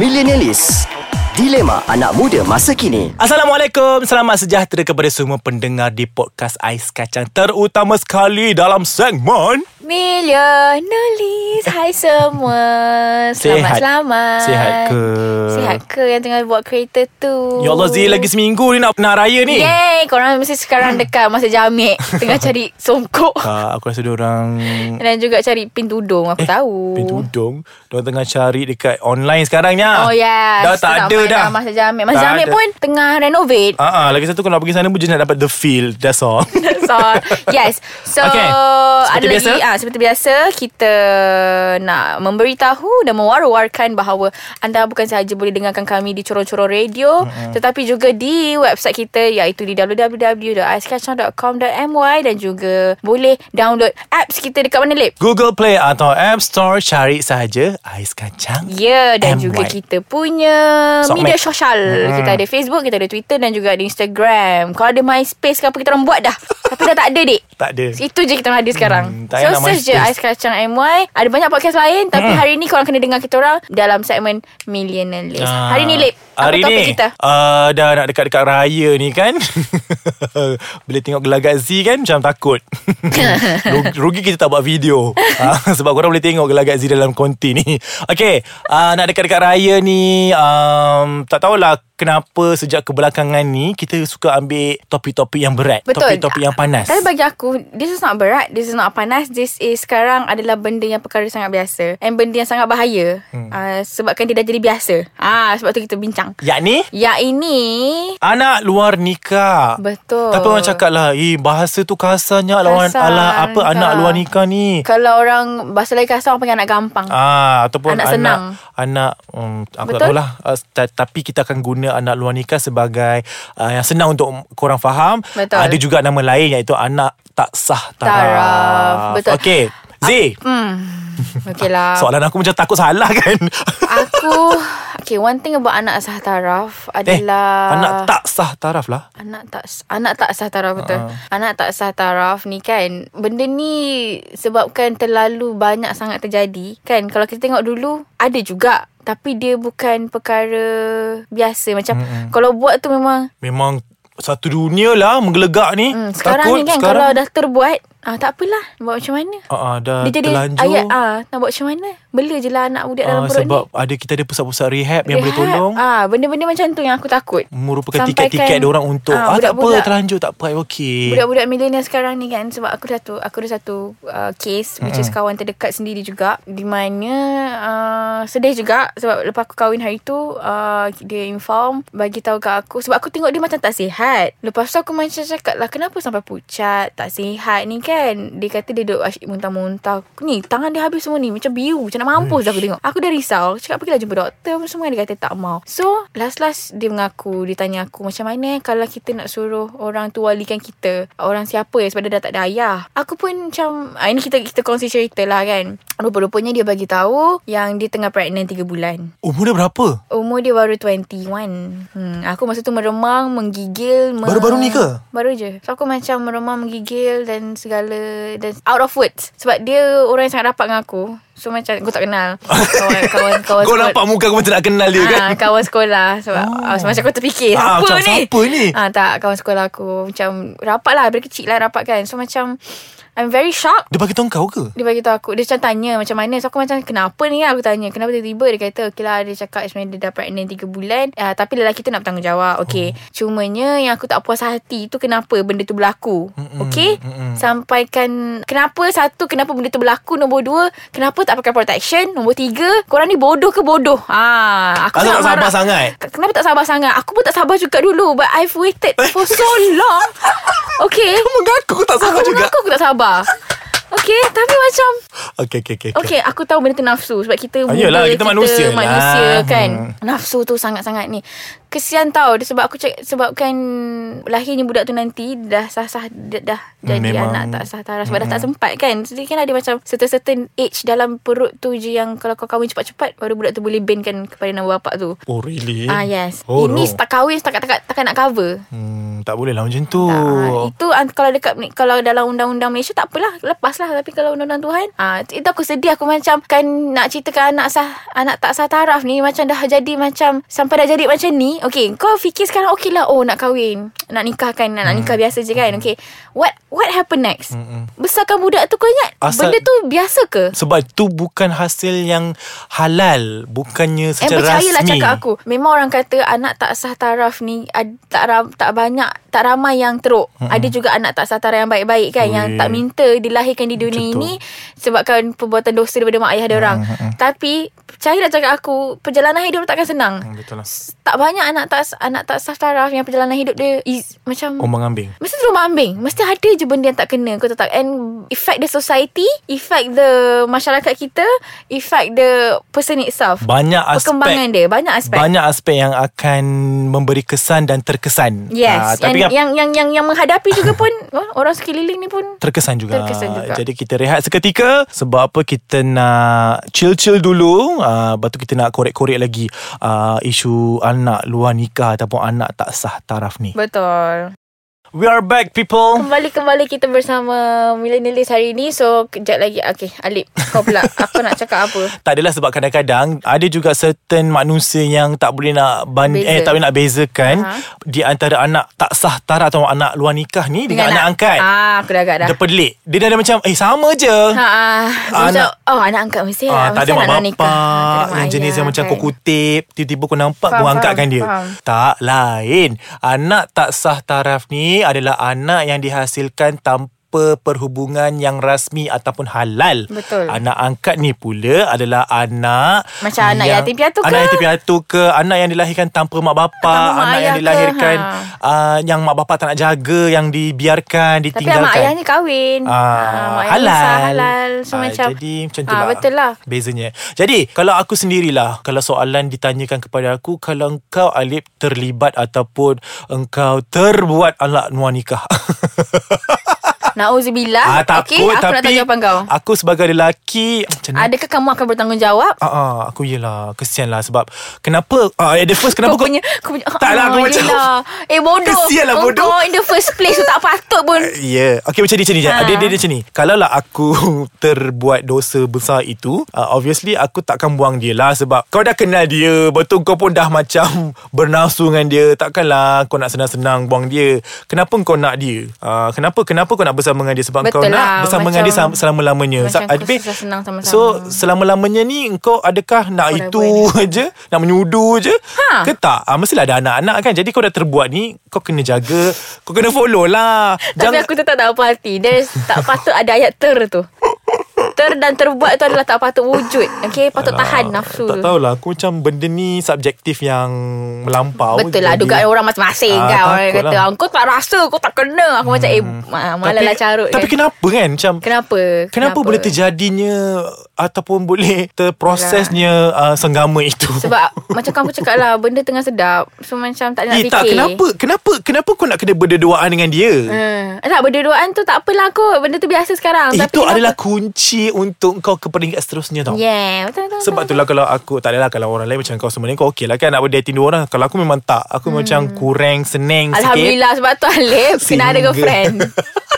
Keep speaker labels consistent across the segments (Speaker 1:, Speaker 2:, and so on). Speaker 1: Millennialis Dilema anak muda masa kini
Speaker 2: Assalamualaikum Selamat sejahtera kepada semua pendengar di podcast Ais Kacang Terutama sekali dalam segmen
Speaker 3: Millionaires Hai semua Selamat
Speaker 2: Sihat.
Speaker 3: selamat
Speaker 2: Sihat ke?
Speaker 3: Sihat ke yang tengah buat kereta tu
Speaker 2: Ya Allah Zee lagi seminggu ni nak, nak raya ni
Speaker 3: Yeay Korang mesti sekarang dekat Masa jamek Tengah cari songkok
Speaker 2: uh, Aku rasa diorang
Speaker 3: Dan juga cari pin tudung Aku
Speaker 2: Eh,
Speaker 3: tahu
Speaker 2: Pintu tudung Diorang tengah cari dekat online sekarang ni ah.
Speaker 3: Oh yes
Speaker 2: Dah tak ada
Speaker 3: main
Speaker 2: dah
Speaker 3: Masa jamek Masa
Speaker 2: Tak
Speaker 3: jamek
Speaker 2: ada.
Speaker 3: pun Tengah renovate
Speaker 2: Ah, ah, lagi satu kalau nak pergi sana pun Just nak dapat the feel That's all
Speaker 3: So Yes So
Speaker 2: Okay. Seperti
Speaker 3: ada
Speaker 2: biasa.
Speaker 3: lagi, ah, Seperti biasa Kita Nak memberitahu Dan mewar-warkan Bahawa Anda bukan sahaja Boleh dengarkan kami Di corong-corong radio mm-hmm. Tetapi juga di Website kita Iaitu di www.aiskacang.com.my Dan juga Boleh download Apps kita dekat mana Lip
Speaker 2: Google Play atau App Store Cari sahaja Ais Kacang
Speaker 3: Ya yeah, dan
Speaker 2: MY.
Speaker 3: juga kita punya
Speaker 2: Sokmed.
Speaker 3: media sosial. Kita ada Facebook, kita ada Twitter dan juga ada Instagram. Kalau ada MySpace ke apa kita orang buat dah. Tapi dah tak ada dik.
Speaker 2: Tak ada
Speaker 3: Itu je kita ada
Speaker 2: Hmm,
Speaker 3: sekarang
Speaker 2: tak
Speaker 3: So
Speaker 2: payah nak Hmm.
Speaker 3: search je
Speaker 2: MySpace.
Speaker 3: Ais Kacang MY Ada banyak podcast lain Tapi hari ni korang kena dengar kita orang Dalam segmen Millionaire List
Speaker 2: Ah,
Speaker 3: Hari ni Lip Apa
Speaker 2: hari
Speaker 3: topik
Speaker 2: ni,
Speaker 3: kita?
Speaker 2: Uh, dah nak dekat-dekat raya ni kan Bila tengok gelagat Z kan Macam takut Rugi- Rugi kita tak buat video uh, Sebab korang boleh tengok gelagat Z dalam konti ni Okay uh, Nak dekat-dekat raya ni um, Tak tahulah Kenapa sejak kebelakangan ni Kita suka ambil topik-topik yang berat
Speaker 3: Betul Ah,
Speaker 2: Topik-topik yang panas
Speaker 3: Tapi bagi aku This is not berat This is not panas This is sekarang adalah Benda yang perkara sangat biasa And benda yang sangat bahaya hmm. uh, Sebabkan dia dah jadi biasa Ah, Sebab tu kita bincang
Speaker 2: Yakni
Speaker 3: Yang ini
Speaker 2: Anak luar nikah
Speaker 3: Betul
Speaker 2: Tapi orang cakap lah Eh bahasa tu kasarnya lawan
Speaker 3: Kasar,
Speaker 2: ala, Apa
Speaker 3: nikah.
Speaker 2: anak luar nikah ni
Speaker 3: Kalau orang Bahasa lain kasar Orang panggil anak gampang
Speaker 2: Ah, ataupun
Speaker 3: Anak
Speaker 2: anak
Speaker 3: senang.
Speaker 2: anak um, aku Betul? tak
Speaker 3: Betul?
Speaker 2: tahulah uh, ta- tapi kita akan guna anak luar nikah sebagai uh, yang senang untuk korang faham.
Speaker 3: Betul.
Speaker 2: Ada juga nama lain iaitu anak tak sah taraf.
Speaker 3: Taraf, betul. mm.
Speaker 2: Okey. Z,
Speaker 3: Okay lah
Speaker 2: soalan aku macam takut salah kan.
Speaker 3: Aku Okay one thing about anak sah taraf
Speaker 2: eh,
Speaker 3: Adalah
Speaker 2: anak tak sah taraf lah.
Speaker 3: Anak tak Anak tak sah taraf betul
Speaker 2: Ha,
Speaker 3: uh. Anak tak sah taraf ni kan Benda ni Sebabkan terlalu banyak sangat terjadi Kan Kalau kita tengok dulu Ada juga Tapi dia bukan perkara Biasa Macam mm-hmm. Kalau buat tu memang
Speaker 2: Memang satu dunia lah menggelegak ni.
Speaker 3: hmm, Sekarang
Speaker 2: takut,
Speaker 3: ni kan
Speaker 2: sekarang,
Speaker 3: Kalau dah terbuat ah, Tak apalah Buat macam mana
Speaker 2: uh, dah
Speaker 3: Dia jadi
Speaker 2: terlanjur.
Speaker 3: ayat ah, Nak buat macam mana Bela je lah anak budak dalam
Speaker 2: Ah,
Speaker 3: perut ni
Speaker 2: sebab ada kita ada pusat-pusat rehab, yang boleh
Speaker 3: Rehab.
Speaker 2: tolong.
Speaker 3: ah Benda-benda macam tu yang aku takut
Speaker 2: merupakan
Speaker 3: Sampaikan-
Speaker 2: tiket-tiket orang untuk ah,
Speaker 3: Ah,
Speaker 2: ah tak apa
Speaker 3: budak-budak-
Speaker 2: terlanjur tak apa okey
Speaker 3: Budak-budak milenial sekarang ni kan Sebab aku dah tu Aku ada satu uh, Case Which is kawan terdekat sendiri juga Di mana uh, Sedih juga Sebab lepas aku kahwin hari tu uh, Dia inform Bagi tahu ke aku Sebab aku tengok dia macam tak sihat Lepas tu aku macam cakap lah Kenapa sampai pucat Tak sihat ni kan Dia kata dia duduk asyik muntah-muntah Ni tangan dia habis semua ni Macam biru Macam nak mampus dah aku tengok Aku dah risau Aku Cakap pergilah jumpa doktor apa Semua dia kata tak mau So last-last dia mengaku Dia tanya aku Macam mana eh Kalau kita nak suruh Orang tu walikan kita Orang siapa eh Sebab dia dah tak ada ayah Aku pun macam ah, Ini kita kita kongsi cerita lah kan Rupa-rupanya dia bagi tahu Yang dia tengah pregnant 3 bulan
Speaker 2: umur dia berapa
Speaker 3: Umur dia baru 21 hmm, Aku masa tu meremang Menggigil me-
Speaker 2: Baru-baru ni ke?
Speaker 3: Baru je So aku macam meremang Menggigil Dan segala Dan out of words Sebab dia orang yang sangat rapat dengan aku So macam Aku tak kenal Kawan-kawan
Speaker 2: Kau nampak muka aku macam nak kenal dia kan
Speaker 3: Ah, kawan sekolah sebab
Speaker 2: Oh.
Speaker 3: oh. ah, macam kau terfikir
Speaker 2: Ah,
Speaker 3: ah, apa
Speaker 2: macam
Speaker 3: ni?
Speaker 2: siapa ni?
Speaker 3: Ah tak kawan sekolah aku macam rapat lah dari kecil lah rapat kan. So macam I'm very shocked
Speaker 2: Dia bagi tahu kau ke?
Speaker 3: dia bagi tahu aku Dia macam tanya Macam mana So aku macam Kenapa ni lah Aku tanya Kenapa tiba-tiba Dia kata Okay lah dia cakap Sebenarnya dia dah pregnant 3 bulan uh, Tapi lelaki tu nak bertanggungjawab Okay
Speaker 2: Hmm.
Speaker 3: oh. Cumanya Yang aku tak puas hati tu Kenapa benda tu berlaku
Speaker 2: Mm-mm,
Speaker 3: Okay
Speaker 2: mm-mm.
Speaker 3: Sampaikan Kenapa Satu Kenapa benda tu berlaku Nombor dua Kenapa tak pakai protection Nombor tiga Korang ni bodoh ke bodoh Ah, Aku
Speaker 2: Asal tak sabar
Speaker 3: marah.
Speaker 2: sangat?
Speaker 3: Tak- Kenapa tak sabar sangat Aku pun tak sabar juga dulu But I've waited For so long Okay
Speaker 2: Mengaku aku tak
Speaker 3: Aku mengaku aku tak sabar Okay Tapi macam
Speaker 2: Okay, okay, okay. okay.
Speaker 3: Okay aku tahu benda tu nafsu Sebab kita
Speaker 2: Ah, yelah, kita manusia lah.
Speaker 3: manusia kan
Speaker 2: Hmm.
Speaker 3: Nafsu tu sangat-sangat ni kesian tau dia sebab aku cek, sebab kan lahirnya budak tu nanti dah sah-sah dah, dah jadi
Speaker 2: Hmm, Memang. Hmm.
Speaker 3: anak tak sah taras sebab dah tak sempat kan. Jadi kan ada macam certain-certain age dalam perut tu je yang kalau kau kahwin cepat-cepat baru budak tu boleh bendkan kepada nama bapak tu.
Speaker 2: Oh really?
Speaker 3: Ah yes.
Speaker 2: Oh,
Speaker 3: Ini
Speaker 2: no.
Speaker 3: tak kahwin setakat tak, tak nak cover.
Speaker 2: Hmm, tak boleh lah macam tu.
Speaker 3: Tak, ah, itu ah, kalau dekat ni- kalau dalam undang-undang Malaysia tak apalah lepaslah tapi kalau undang-undang Tuhan ah itu aku sedih aku macam kan nak ceritakan anak sah anak tak sah taraf ni macam dah jadi macam sampai dah jadi macam ni okey kau fikir sekarang okey lah oh nak kahwin nak nikah kan nak, nak nikah biasa je kan okey what what happen next Mm-mm. besarkan budak tu kau ingat
Speaker 2: Asal-
Speaker 3: Asal benda tu biasa ke
Speaker 2: Sebab tu bukan hasil yang halal. Bukannya
Speaker 3: Eh
Speaker 2: secara
Speaker 3: percayalah
Speaker 2: rasmi.
Speaker 3: cakap aku Memang orang kata Anak tak sah taraf ni ad, tak, ram, tak banyak Tak ramai yang teruk mm-hmm. Ada juga anak tak sah taraf yang baik-baik kan Yang
Speaker 2: Weh.
Speaker 3: tak minta Dilahirkan di dunia
Speaker 2: Betul.
Speaker 3: ini Sebabkan perbuatan dosa Daripada mak ayah dia orang mm-hmm. Tapi Percayalah cakap aku Perjalanan hidup takkan senang
Speaker 2: Hmm, Betul lah.
Speaker 3: Tak banyak anak tak Anak tak sah taraf Yang perjalanan hidup dia is, Macam
Speaker 2: Ombang ambing.
Speaker 3: Mesti terus ambing Mesti ada je benda yang tak kena Kau tahu tak And effect the society Effect the masyarakat kita Effect the person itself
Speaker 2: Banyak aspek.
Speaker 3: Perkembangan dia Banyak aspek
Speaker 2: Banyak aspek yang akan memberi kesan dan terkesan. Ah,
Speaker 3: Yes
Speaker 2: tapi
Speaker 3: yang,
Speaker 2: kan
Speaker 3: yang, yang, yang, yang menghadapi juga pun oh, Orang sekeliling ni pun
Speaker 2: terkesan juga.
Speaker 3: Terkesan juga.
Speaker 2: Jadi kita rehat seketika sebab apa kita nak chill-chill dulu, uh, lepas tu kita nak korek-korek lagi uh, isu anak luar nikah ataupun anak tak sah taraf ni.
Speaker 3: Betul
Speaker 2: We are back people.
Speaker 3: Kembali-kembali kita bersama Millennialis hari ni So kejap lagi Okay Alip Kau pula Aku nak cakap apa
Speaker 2: Tak adalah sebab kadang-kadang ada juga certain manusia yang tak boleh nak ban-
Speaker 3: Beza.
Speaker 2: eh tak boleh nak bezakan
Speaker 3: Aha.
Speaker 2: di antara anak tak sah taraf atau anak luar nikah ni dengan, anak, angkat.
Speaker 3: Ah, Aku dah agak dah
Speaker 2: Dia pelik. Dia dah ada macam eh sama je.
Speaker 3: Ha, ah, macam,
Speaker 2: Anak-
Speaker 3: oh anak angkat mesti
Speaker 2: Ah, tak
Speaker 3: lah.
Speaker 2: ada
Speaker 3: Mesti
Speaker 2: mak
Speaker 3: anak-anak nikah. Ah,
Speaker 2: bapak
Speaker 3: tak ada mak
Speaker 2: Yang jenis
Speaker 3: ayah,
Speaker 2: yang macam kau
Speaker 3: kan.
Speaker 2: kutip Tiba-tiba kau nampak
Speaker 3: Faham,
Speaker 2: Kau angkatkan
Speaker 3: faham,
Speaker 2: dia
Speaker 3: faham.
Speaker 2: Tak lain Anak tak sah taraf ni Adalah anak yang dihasilkan tanpa perhubungan yang rasmi ataupun halal.
Speaker 3: Betul.
Speaker 2: Anak angkat ni pula adalah anak
Speaker 3: Macam anak yatim piatu ke?
Speaker 2: Anak yatim piatu ke, anak yang dilahirkan tanpa mak bapak,
Speaker 3: Tanpa mak
Speaker 2: anak yang
Speaker 3: ayah ke? Ha.
Speaker 2: dilahirkan uh, yang mak bapak tak nak jaga, yang dibiarkan,
Speaker 3: Tapi mak
Speaker 2: ditinggalkan.
Speaker 3: ayah ni kahwin. Ah,
Speaker 2: Ah,
Speaker 3: mak ayah
Speaker 2: halal.
Speaker 3: besar halal. So
Speaker 2: Ah,
Speaker 3: macam
Speaker 2: Jadi macam tu
Speaker 3: ah,
Speaker 2: lah.
Speaker 3: Betul lah.
Speaker 2: Bezanya. Jadi, kalau aku sendirilah, kalau soalan ditanyakan kepada aku, kalau engkau Alip terlibat ataupun engkau terbuat anak luar nikah. ah,
Speaker 3: Nauzubillah.
Speaker 2: takut
Speaker 3: okay, aku
Speaker 2: tapi Ah.
Speaker 3: nak tahu jawapan kau.
Speaker 2: aku sebagai lelaki, macam mana?
Speaker 3: Adakah kamu akan bertanggungjawab?
Speaker 2: Ah, ah, aku yelah, kesian lah sebab kenapa, ah, at the first kenapa
Speaker 3: Kau punya, kau punya
Speaker 2: Tak lah, aku
Speaker 3: ah,
Speaker 2: macam-
Speaker 3: yelah. Eh bodoh
Speaker 2: Kesian lah bodoh.
Speaker 3: Kau in the first place Tu tak patut pun
Speaker 2: Ya yeah. Okay macam ni macam ni ha.
Speaker 3: Ha.
Speaker 2: dia, dia, dia macam ni Kalau lah aku Terbuat dosa besar itu uh, Obviously aku takkan buang dia lah Sebab kau dah kenal dia Betul kau pun dah macam Bernafsu dengan dia Takkanlah kau nak senang-senang Buang dia Kenapa kau nak dia uh, Kenapa kenapa kau nak bersama dengan dia Sebab kau
Speaker 3: Betul
Speaker 2: nak
Speaker 3: lah,
Speaker 2: bersama dengan dia
Speaker 3: macam-
Speaker 2: sam- Selama-lamanya
Speaker 3: macam
Speaker 2: Sa-
Speaker 3: kau
Speaker 2: tapi-
Speaker 3: susah senang sama-sama.
Speaker 2: So selama-lamanya ni Kau adakah nak
Speaker 3: Kau dah
Speaker 2: itu je Nak menyudu je ha. Ke tak uh, Mestilah ada anak-anak kan Jadi kau dah terbuat ni Kau kena jaga Kau kena follow lah
Speaker 3: Tapi aku tetap tak puas hati There is, Tak patut ada ayat ter tu Ter dan terbuat tu adalah Tak patut wujud Okay Patut tahan nafsu
Speaker 2: Ah, Tak
Speaker 3: tu
Speaker 2: tahulah Aku macam benda ni Subjektif yang Melampau
Speaker 3: Betul lah
Speaker 2: Jadi-
Speaker 3: Dugaan orang masing-masing
Speaker 2: Ah,
Speaker 3: kan Orang
Speaker 2: takut
Speaker 3: kata
Speaker 2: lah.
Speaker 3: lah. Kau tak rasa Kau tak kena Aku hmm. macam Eh ma- malah
Speaker 2: Tapi-
Speaker 3: lah carut
Speaker 2: Tapi
Speaker 3: kan.
Speaker 2: kenapa kan Macam
Speaker 3: kenapa?
Speaker 2: Kenapa, boleh terjadinya Ataupun boleh Terprosesnya uh, Senggama itu
Speaker 3: Sebab Macam kamu cakap lah Benda tengah sedap So macam tak nak
Speaker 2: Eh
Speaker 3: fikir
Speaker 2: tak kenapa Kenapa Kenapa kau nak kena berdeduaan dengan dia
Speaker 3: Hmm. Tak berduaan tu tak apalah kot Benda tu biasa sekarang
Speaker 2: Eh,
Speaker 3: Tapi
Speaker 2: Itu
Speaker 3: kenapa- Ya,
Speaker 2: adalah kunci Untuk kau ke peringkat seterusnya tau
Speaker 3: Yeah betul, betul,
Speaker 2: Sebab tu
Speaker 3: betul,
Speaker 2: lah kalau aku Tak adalah kalau orang lain Macam kau sebenarnya Kau okey lah kan Nak berdating dua orang Kalau aku memang tak Aku hmm. macam kurang Senang sikit
Speaker 3: Alhamdulillah sebab tu Alif Kena ada
Speaker 2: Single.
Speaker 3: girlfriend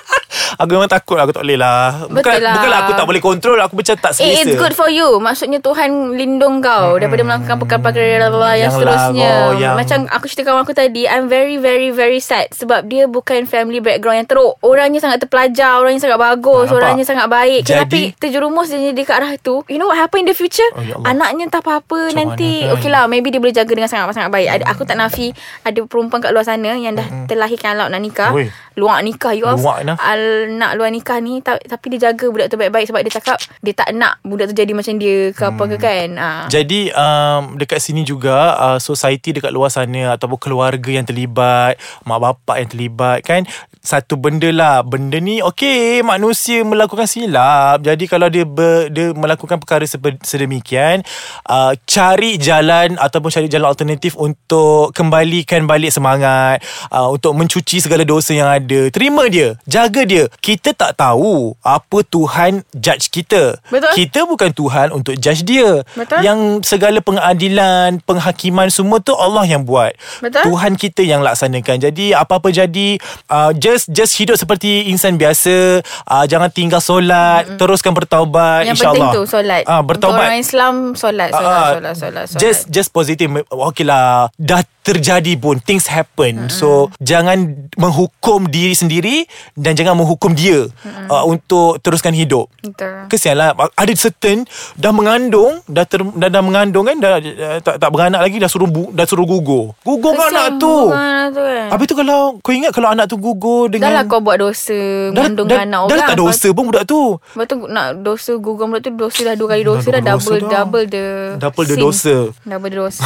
Speaker 2: Aku memang takut lah Aku tak boleh lah Bukan,
Speaker 3: Betul lah.
Speaker 2: Bukanlah aku tak boleh kontrol Aku macam tak selesa
Speaker 3: Eh it's good for you Maksudnya Tuhan lindung kau Daripada melakukan perkara-perkara Yang, yang
Speaker 2: Yang
Speaker 3: seterusnya
Speaker 2: lah, oh,
Speaker 3: yang...
Speaker 2: yang-
Speaker 3: Macam aku cerita kawan aku tadi I'm very very very sad Sebab dia bukan family background yang teruk Orangnya sangat terpelajar Orangnya sangat bagus
Speaker 2: Ah, nampak?
Speaker 3: Orangnya sangat baik
Speaker 2: Jadi-
Speaker 3: Tapi terjerumus dia jadi ke arah tu You know what happen in the future
Speaker 2: Oh, ya Allah.
Speaker 3: Anaknya tak apa-apa
Speaker 2: Macam
Speaker 3: Nanti
Speaker 2: mana kan?
Speaker 3: Okay lah maybe dia boleh jaga dengan sangat-sangat baik Ada, Aku tak nafi Ada perempuan kat luar sana Yang dah terlahirkan alat nak nikah
Speaker 2: Ui.
Speaker 3: luar nikah you all
Speaker 2: Luar nah.
Speaker 3: al, nak luar nikah ni ta- tapi dia jaga budak tu baik-baik sebab dia cakap dia tak nak budak tu jadi macam dia ke apa ke kan ah
Speaker 2: Hmm. Jadi um, dekat sini juga uh, society dekat luar sana ataupun keluarga yang terlibat, mak bapak yang terlibat kan satu benda lah. Benda ni okey manusia melakukan silap. Jadi kalau dia ber, dia melakukan perkara sepe- sedemikian, uh, cari jalan ataupun cari jalan alternatif untuk kembalikan balik semangat, uh, untuk mencuci segala dosa yang ada. Terima dia, jaga dia. Kita tak tahu apa Tuhan judge kita.
Speaker 3: Betul.
Speaker 2: Kita kita bukan Tuhan untuk judge dia.
Speaker 3: Betul.
Speaker 2: Yang segala pengadilan, penghakiman semua tu Allah yang buat.
Speaker 3: Betul.
Speaker 2: Tuhan kita yang laksanakan. Jadi apa-apa jadi uh, just just hidup seperti insan biasa, uh, jangan tinggal solat, mm-hmm. teruskan bertaubat
Speaker 3: yang
Speaker 2: insya-Allah.
Speaker 3: penting tu solat.
Speaker 2: Ah
Speaker 3: Untuk orang
Speaker 2: bertaubat.
Speaker 3: Islam solat, solat,
Speaker 2: Ah, ah.
Speaker 3: solat, solat, solat.
Speaker 2: Just just positive Okay lah Dah terjadi pun Things happen mm-hmm. So Jangan Menghukum diri sendiri Dan jangan menghukum dia mm-hmm. uh, Untuk teruskan hidup
Speaker 3: Betul.
Speaker 2: Kesian lah Ada certain Dah mengandung Dah ter, dah, dah mengandung kan dah, dah, tak, tak beranak lagi Dah suruh bu, dah suruh gugur Gugur kau
Speaker 3: Kesian
Speaker 2: anak lah tu
Speaker 3: bukan anak tu kan.
Speaker 2: Habis tu kalau Kau ingat kalau anak tu gugur
Speaker 3: Dah
Speaker 2: dengan
Speaker 3: lah kau buat dosa Mengandung
Speaker 2: dah,
Speaker 3: anak
Speaker 2: dah,
Speaker 3: orang
Speaker 2: dah tak dosa pun budak tu
Speaker 3: Lepas tu nak dosa Google budak tu Dosa dah dua kali dosa Dah,
Speaker 2: Dah dua
Speaker 3: double
Speaker 2: dosa dah.
Speaker 3: Double the
Speaker 2: Double the
Speaker 3: sin.
Speaker 2: dosa.
Speaker 3: Double the dosa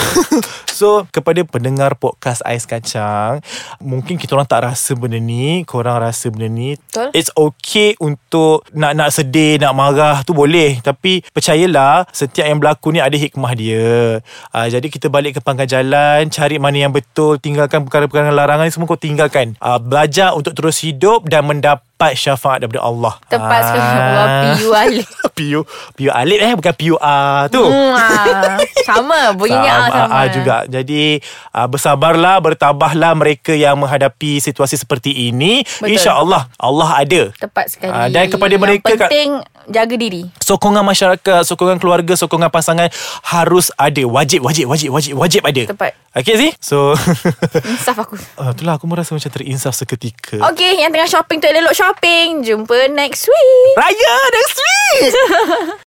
Speaker 2: So kepada pendengar podcast Ais Kacang Mungkin kita orang tak rasa benda ni Korang rasa benda ni
Speaker 3: Betul.
Speaker 2: It's okay untuk Nak nak sedih Nak marah tu boleh Tapi percayalah Setiap yang berlaku ni ada hikmah dia uh, Jadi kita balik ke pangkal jalan Cari mana yang betul Tinggalkan perkara-perkara larangan ni Semua kau tinggalkan uh, Belajar untuk terus hidup Dan mendapat syafaat daripada Allah Ah.
Speaker 3: Tepat sekali Wah piu alih
Speaker 2: Piu Piu Alif eh Bukan Piu A tu
Speaker 3: Hmm, ah. Sama Bunyinya sama, lah sama.
Speaker 2: ah, juga. Jadi ah, bersabarlah, bertabahlah mereka yang menghadapi situasi seperti ini.
Speaker 3: Betul.
Speaker 2: InsyaAllah Allah ada.
Speaker 3: Tepat sekali
Speaker 2: Ah, dan kepada
Speaker 3: Yang
Speaker 2: mereka kat-
Speaker 3: penting Jaga diri
Speaker 2: Sokongan masyarakat, sokongan keluarga, sokongan pasangan harus ada. Wajib, wajib, wajib, wajib, wajib ada.
Speaker 3: Tepat.
Speaker 2: Okay sih? So,
Speaker 3: Insaf aku
Speaker 2: ah, itulah aku merasa macam terinsaf seketika.
Speaker 3: Okay Yang tengah shopping tu Elok shopping Jumpa next week
Speaker 2: Raya next week!